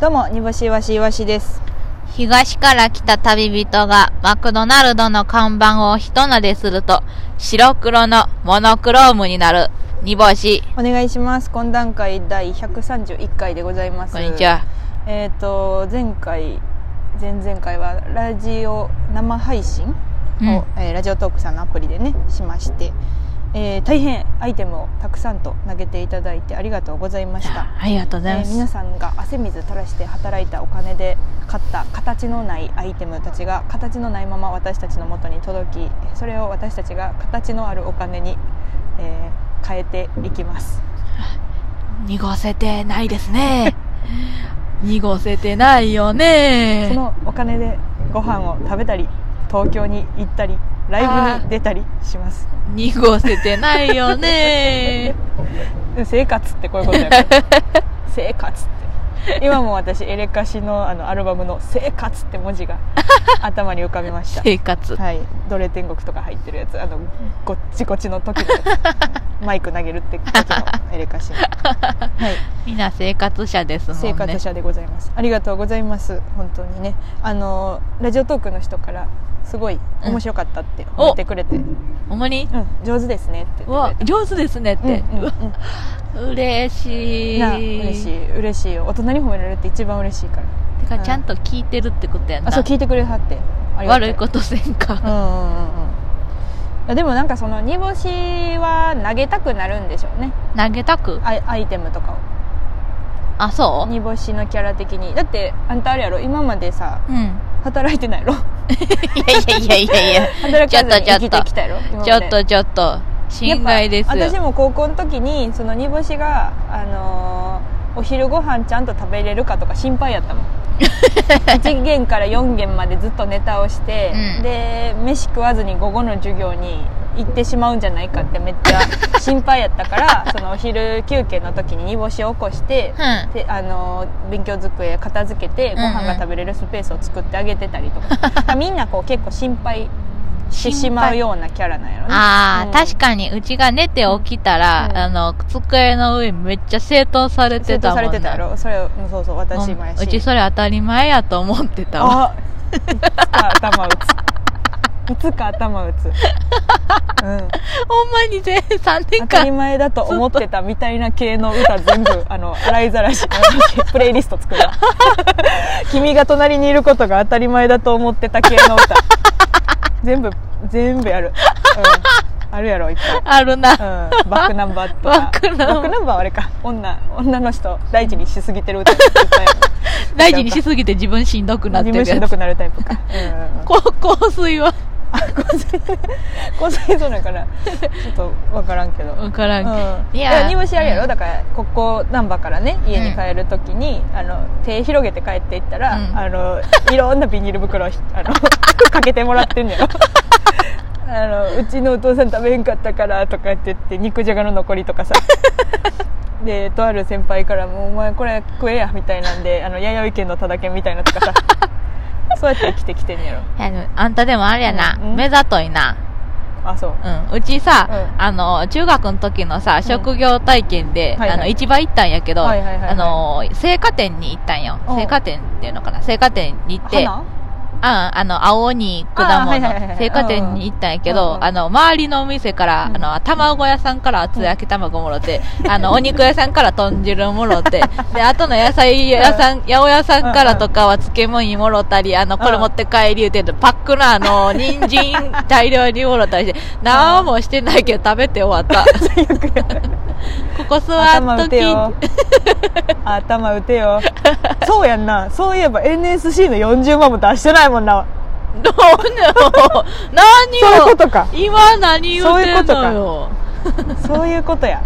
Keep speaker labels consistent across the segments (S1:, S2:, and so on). S1: どうも、煮干しわしわしです。
S2: 東から来た旅人がマクドナルドの看板を一撫ですると白黒のモノクロームになる煮干し
S1: お願いします。懇談会第131回でございます。
S2: こんにち。は
S1: えっ、と、前回、前々回はラジオ生配信を、
S2: うん
S1: えーラジオトークさんのアプリでね、しまして、えー大変アイテムをたくさんと投げていただいてありがとうございました。
S2: ありがとうござい
S1: え
S2: ま
S1: ー
S2: す、
S1: 皆さんが汗水垂らして働いたお金で買った形のないアイテムたちが形のないまま私たちの元に届きそれを私たちが形のあるお金に、えー変えていきます
S2: 濁せてないです ね濁せてないよね
S1: そのお金でご飯を食べたり東京に行ったりライブに出たりします
S2: 濁せてないよ ね
S1: 生活ってこういうことやから生活って今も私エレカシのあのアルバムの「生活」って文字が頭に浮かびました
S2: 生活
S1: はい、奴隷天国とか入ってるやつあのごっちごちの 時のやつマイク投げるって時のエレカシの、 はい、
S2: みんな生活者ですもんね
S1: 生活者でございますありがとうございます本当にねあのラジオトークの人からすごい
S2: うん
S1: 面白かったって思ってくれて、うん
S2: ほんまに
S1: 上手ですねって言っ
S2: う
S1: て
S2: わ
S1: くれて。
S2: 上手ですねっ
S1: うんうん
S2: て、う
S1: う
S2: わ
S1: ん
S2: 嬉しい
S1: なあ嬉しい嬉しいよ大人に褒められるって一番嬉しいから
S2: てかちゃんと聞いてるってことやんな
S1: あそう聞いてくれはってありがた
S2: 悪いことせんか、
S1: うんうんうんうんいやでもなんかその煮干しは投げたくなるんでしょうね
S2: 投げたく
S1: アイアイテムとかを
S2: あそう
S1: 煮干しのキャラ的にだってあんたあれやろ今までさ
S2: うんい
S1: 働いてないやろ
S2: やいやいやいや いや
S1: 働かずに生きてきたやろ
S2: ちょっ
S1: っ
S2: とちょっと心外ですよ
S1: 私も高校の時にその煮干しがあのーお昼ご飯ちゃんと食べれるかとか心配やったもん 1限から4限までずっとネタをして、
S2: うん
S1: で飯食わずに午後の授業に行ってしまうんじゃないかってめっちゃ心配やったからそのお昼休憩の時に煮干しを起こして、
S2: う
S1: であの勉強机片付けてご飯が食べれるスペースを作ってあげてたり とか、みんなこう結構心配してしまうようなキャラなんやろ
S2: ん
S1: ね
S2: ああ、
S1: うん
S2: 確かにうちが寝て起きたら、
S1: うん
S2: あの机の上めっちゃ正当され
S1: 生
S2: て
S1: 徒
S2: た
S1: さ
S2: もん
S1: れ
S2: な
S1: てたやろそれうんそうそう私もや
S2: う
S1: し
S2: んうちそれ当たり前やと思ってたわ
S1: あいつか頭打ついつか頭打つ、うん、
S2: ほんまに全3
S1: 当
S2: 年
S1: たり
S2: 間
S1: 前だと思ってたみたいな系の歌全 部あの洗いざらしプレイリスト作るわ君が隣にいることが当たり前だと思ってた系の歌全部全部やる、うん、あるやろいっぱい、
S2: あるな、
S1: うん、バックナンバーとか
S2: バックナンバー
S1: バックナンバーはあれか女女の人大事にしすぎてる歌いっ ぱいある
S2: 大事にしすぎて自分しんどくなって
S1: 自
S2: る
S1: 分
S2: や
S1: しん
S2: つ
S1: どくなるタイプか、うん うんうん
S2: こ香水は
S1: 交際そうだからちょっと分からんけど、
S2: 分からんけど、
S1: うん、い
S2: いや
S1: や煮干しあれやろ、
S2: うん
S1: だからここ難波からね家に帰るときに、あの手広げて帰っていったら、
S2: うん
S1: あのいろんなビニール袋を ひあのかけてもらってんのよ あのうちのお父さん食べへんかったからとかって言って肉じゃがの残りと かさでとある先輩から「もうお前これ食えや」みたいなんであの弥生県のただけみたいなとかさ そうやって生きてきてんやろ
S2: いやでもあんたでもあれやな、
S1: うん
S2: 目ざといな、
S1: あそう
S2: うん、うちさ、
S1: う
S2: あの中学の時のさ職業体験で、
S1: はいはい
S2: あの市場行ったんやけど、
S1: はいはいはいはい
S2: あの青果店に行ったんよ
S1: うん
S2: 青果店っていうのかな青果店に行って
S1: 花
S2: ああの青に果
S1: あはい
S2: 物
S1: はいはいはい
S2: 青果店に行ったんやけ
S1: うん
S2: ど、
S1: うん
S2: あの周りのお店から、
S1: うん
S2: あの卵屋さんから厚焼き卵もろて、あのお肉屋さんから豚汁も ろてであとの野菜屋さん、八百屋さんからとかは漬物にもろたりあのこれ持って帰り言うてんのパックのあの人参大量にもろたりして何もしてないけど食べて終わったここ座
S1: 頭打
S2: っとき
S1: てよ 頭打てよそうやんなそういえば NSC の40万も出してないもんな
S2: どうなの
S1: そういう
S2: 何
S1: こ
S2: を
S1: とか
S2: 今何言うてんの
S1: そういう
S2: よ
S1: そういうことや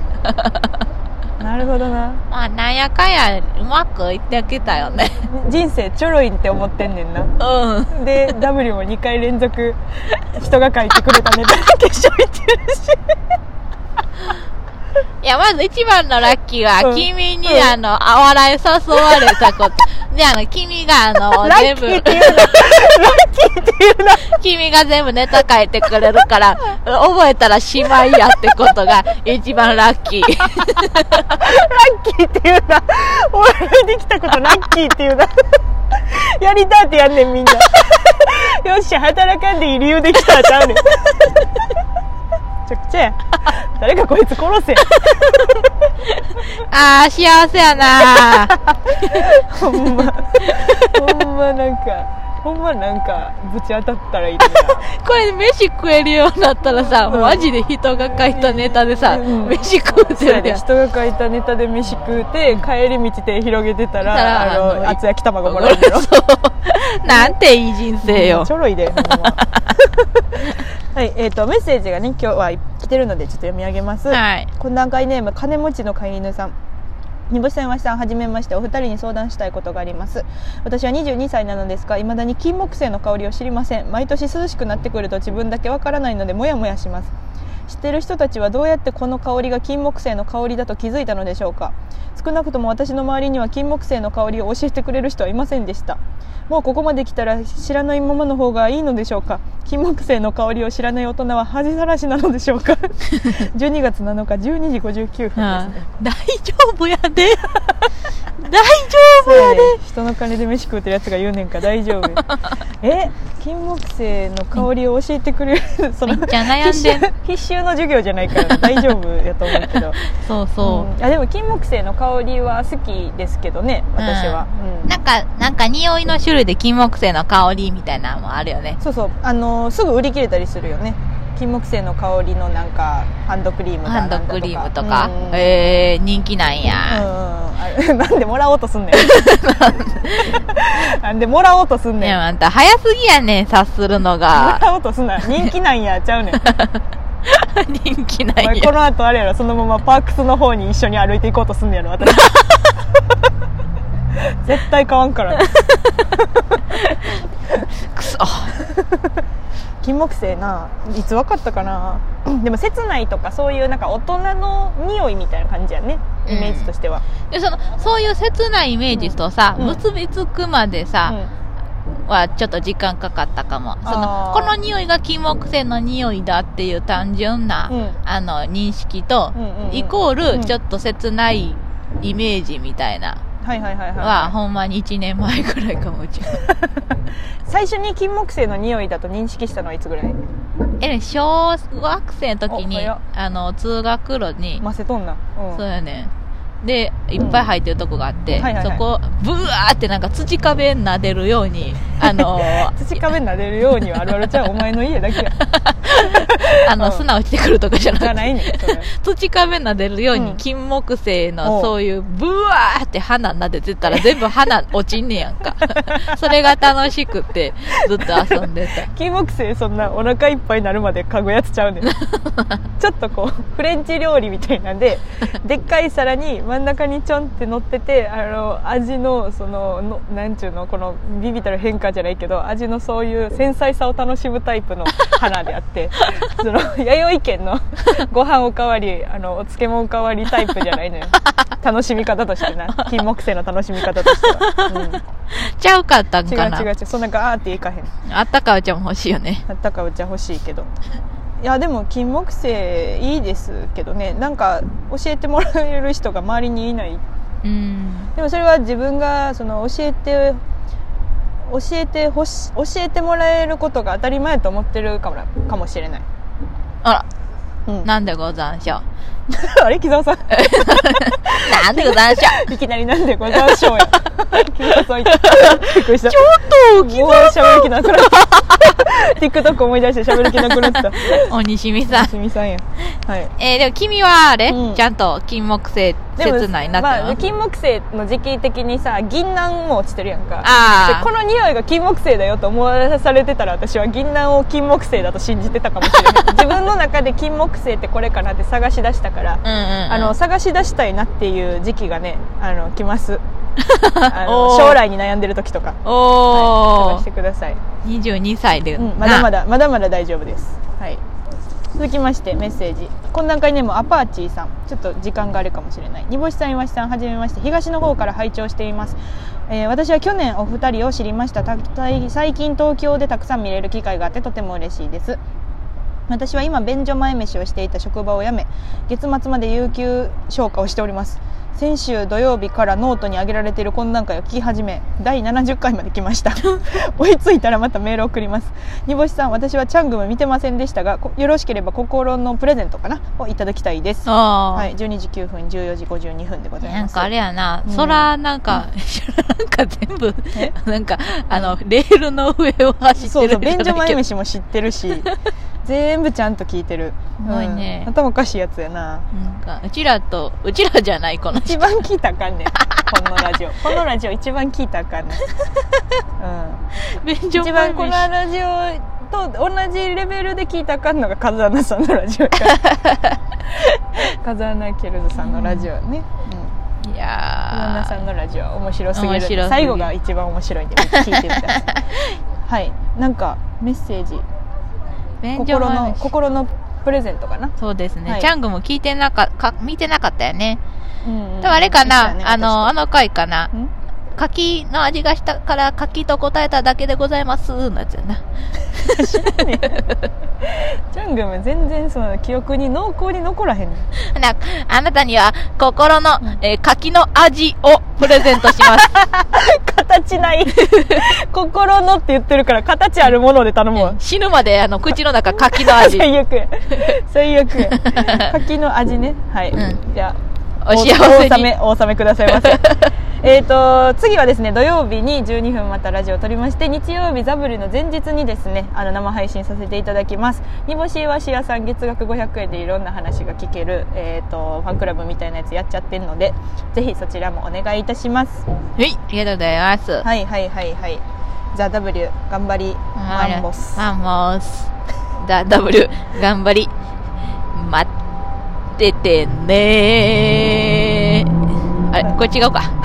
S1: なるほどな
S2: まあ、なんやかんや、うまくいってきたよね。
S1: 人生ちょろいって思ってんねんな
S2: うん。
S1: で W も2回連続 人が書いてくれたネタ決勝行ってるし
S2: いや、まず一番のラッキー
S1: う
S2: は、
S1: ん
S2: 君に、
S1: うん
S2: あの、あ笑い誘われたこと。 で、あの、君が、あの、
S1: ラ
S2: 全
S1: ッキ
S2: 部、
S1: ーっていうなラッキーっていうな
S2: 君が全部ネタ書いてくれるから、覚えたらしまいやってことが、一番ラッ キー。
S1: ラッキーっていうなお笑いできたことラッキーっていうなやりたってやんねんみんなよっしゃ働かんでいい理由できたらちゃうねんめちゃくちゃや誰かこいつ殺せ
S2: あー、幸せや なー。
S1: ほんまほんまなんかほんまなんかぶち当たったらいいな
S2: これ、飯食えるようになったらさ、
S1: うん
S2: マジで人が書いたネタでさ、
S1: うん
S2: 飯食う
S1: そう
S2: て
S1: や
S2: る
S1: で
S2: やん。
S1: 人が書いたネタで飯食うて帰り道で広げてたら
S2: たら
S1: あ
S2: あの
S1: の厚焼き卵もらえるよ
S2: そう。なんていい人生よ
S1: ち。ょろいで、ほんまはい、えっ、と、メッセージがね、今日は来てるので、ちょっと読み上げます。
S2: はい。
S1: 懇談会ネーム、金持ちの飼い犬さん。煮干しさん、岩井さん、はじめまして、お二人に相談したいことがあります。私は22歳なのですが、いまだに金木犀の香りを知りません。毎年涼しくなってくると自分だけわからないので、もやもやします。知ってる人たちはどうやってこの香りが金木犀の香りだと気づいたのでしょうか少なくとも私の周りには金木犀の香りを教えてくれる人はいませんでしたもうここまで来たら知らないままの方がいいのでしょうか金木犀の香りを知らない大人は恥さらしなのでしょうか 12月7日12時59分ですね
S2: 大丈夫や で大丈
S1: そ
S2: 夫
S1: う
S2: や
S1: やね
S2: で
S1: 人の金で飯食うてるやつが言うねんか大丈 夫え金木犀の香りを教えてくれるそ
S2: め
S1: の
S2: っちゃ悩んで
S1: 必
S2: ん
S1: 修必修の授業じゃないから大丈夫やと思うけど
S2: そうそ
S1: う
S2: う、
S1: ん、あでも金木犀の香りは好きですけどね私は、うん
S2: なんかなんか匂いの種類で金木犀の香りみたいなのもあるよね
S1: そうそうあのーすぐ売り切れたりするよね金木犀の香りのなんかハンドクリーム
S2: ハ
S1: だ
S2: ンドクリームと
S1: な
S2: か
S1: んだと、か
S2: えー、人気な
S1: う
S2: ん
S1: ん
S2: や、
S1: うんうんあれなんでもらおうとすん ねんなんでもらおうとすん
S2: で
S1: ねん
S2: も
S1: も
S2: あんた早すぎやねん察するのが
S1: らおうとすんな人気なんやちゃうねん
S2: 人気な
S1: お
S2: ん
S1: 前こ
S2: や
S1: の後あれやろそのままパークスの方に一緒に歩いていこうとすんねやろ 私絶対買わんからね
S2: くそ
S1: 金木犀ないつ分かったかな でも切ないとかそういうなんか大人の匂いみたいな感じやねイメージとしては、
S2: でそのそういう切ないイメージとさ、
S1: うん
S2: 結びつくまで
S1: う
S2: さ、
S1: ん
S2: はちょっと時間かかったかもその
S1: あー
S2: この匂いが金木犀の匂いだっていう単純な、
S1: うん
S2: あの認識と、
S1: うんうんうん
S2: イコー
S1: う
S2: ル
S1: ん
S2: ちょっと切ないイメージみたいな
S1: はいはいはい
S2: は、
S1: は
S2: ほんまに1年前くらいかもう ちは
S1: い最初に金木犀の匂いだと認識したのはいつぐらい
S2: え小学生の時
S1: お
S2: に
S1: 早っ
S2: あの通学路に、
S1: ませとんな、うん
S2: そうやねんでいっぱい入ってるとこがあって、
S1: うんはいはいはい
S2: そこブワーってなんか土壁撫でるように あの
S1: 土壁撫でるようにはあるあるちゃうお前の家だけや
S2: あの
S1: うん
S2: 砂落ちてくるとかじゃ
S1: じゃ
S2: なく
S1: な
S2: て
S1: いねんそれ
S2: 土壁撫でるよう
S1: う
S2: に
S1: ん
S2: 金木犀の
S1: おう
S2: そういうブワーって花撫でて たら全部花落ちんねやんか それが楽しくてずっと遊んでた
S1: 金木犀そんなお腹いっぱいになるまで嗅ぐやつちゃう ねんちょっとこうフレンチ料理みたいなん ででっかい皿に真ん中にちょんって乗っててあの味のそののなんちゅうのこのビビたる変化じゃないけど味のそういう繊細さを楽しむタイプの花であって その弥生県のご飯おかわりあのお漬物おかわりタイプじゃ ないのよ楽しみ方としてな金木犀の楽しみ方としては、
S2: ちゃうかったん
S1: うん、違
S2: かな
S1: う違う違うそんなガーっていかへん
S2: あったかお茶も欲しいよね
S1: あったかお茶欲しいけどいやでも金木犀いいですけどねなんか教えてもらえる人が周りにいない
S2: うん
S1: でもそれは自分がその教えて教えてほし教えてもらえることが当たり前と思ってるかもなかもしれない、
S2: あ
S1: うん
S2: ら、なんでござんしょう
S1: あれ木澤さん
S2: なんでござんしょ
S1: いきなりなんでこれダンショーや 木澤さんいたびっくりしたちょっと木澤さんしゃべる気なくなった TikTok 思い出してしゃべる気なくな った
S2: うお西見さん
S1: すみさんやはい
S2: えーでも君はあれ、
S1: うん
S2: ちゃんと金木犀
S1: でも
S2: 切ないなって
S1: まあ、金木犀の時期的にさ銀杏も落ちてるやんか
S2: あ
S1: でこの匂いが金木犀だよと思わされてたら私は銀杏を金木犀だと信じてたかもしれ ない自分の中で金木犀ってこれかなって探し出したから、
S2: うんうんうん、
S1: あの探し出したいなっていう時期がねあの来ます あの
S2: おー
S1: 将来に悩んでる時とか
S2: お
S1: 探
S2: お
S1: してください、
S2: 22歳で、
S1: うん、まだま
S2: だ
S1: だまだまだ大丈夫ですはい続きましてメッセージ懇談会ネームアパーチーさんちょっと時間があるかもしれない煮干しさん岩しさんはじめまして東の方から拝聴しています、えー私は去年お二人を知りましたた最近東京でたくさん見れる機会があってとても嬉しいです私は今便所前飯をしていた職場を辞め月末まで有給消化をしております先週土曜日からノートに上げられている懇談会を聞き始め第70回まで来ま した追いついたらまたメールを送ります煮干しさん私はチャングム見てませんでしたがこよろしければ心のプレゼントかなをいただきたいですは
S2: ああ
S1: い12時9分14時52分でござい
S2: な
S1: ま
S2: ん
S1: す
S2: かあれやな、
S1: うん
S2: そらなんか、 なんか全部
S1: え、
S2: なんか、あの、レールの上を走っ
S1: そ
S2: て
S1: うそう
S2: る
S1: 便所前
S2: けど
S1: 飯も知ってる し全部ちゃんと聞いてる
S2: すごいね
S1: うん頭おかしいやつやな
S2: なんか、うちらと、うちらじゃない、こ の人。
S1: 一番聞いたらあかんねんこのラ ジオこのラジオ一番聞いたらあかんねん、
S2: 便
S1: うん、一
S2: 所前
S1: 番この
S2: 飯。
S1: ラジオと同じレベルで聞いたらあかんのがカズアナさんのラジオやからカズアナケルズさんのラジオやね、うん
S2: い
S1: 旦那
S2: や
S1: さんのラジオ面白すぎる
S2: 面白すぎる
S1: 最後が一番面白いんで聞いてみてくださいはいなんかメッセージ
S2: ー、便所
S1: 心
S2: 前
S1: の
S2: 飯。
S1: 心のプレゼントかな、
S2: そうですね、
S1: はい
S2: チャングも聞いてなか、か見てなかったよね。
S1: うんうん
S2: でもあれかな、
S1: そうだね
S2: あの、あ
S1: 私
S2: の回かな。
S1: ん
S2: 柿の味がしたから柿と答えただけでございます、のやつやな。
S1: ジャングム全然その記憶に濃厚に残らへんねん
S2: なあなたには心の、
S1: うん
S2: えー柿の味をプレゼントします。
S1: 形ない 心のって言ってるから形あるもので頼むわ
S2: 死ぬまであの口の中柿の 味。
S1: 最悪や最 悪や柿の味ねはい、
S2: う
S1: じゃあ
S2: お幸
S1: お
S2: せ
S1: 納
S2: に。
S1: めお納めくださいませ えーと次はですね土曜日に12分またラジオを撮りまして日曜日ザブルの前日にですねあの生配信させていただきます煮干しわし屋さん月額500円でいろんな話が聞ける、えー、とファンクラブみたいなやつやっちゃってるのでぜひそちらもお願いいたします
S2: はい、ありがとうございます。
S1: はいはいはいはいザ・ W 頑張りマンボス
S2: マンモス。ダダブル、頑張り。待っててねー。あれ、これ違うか。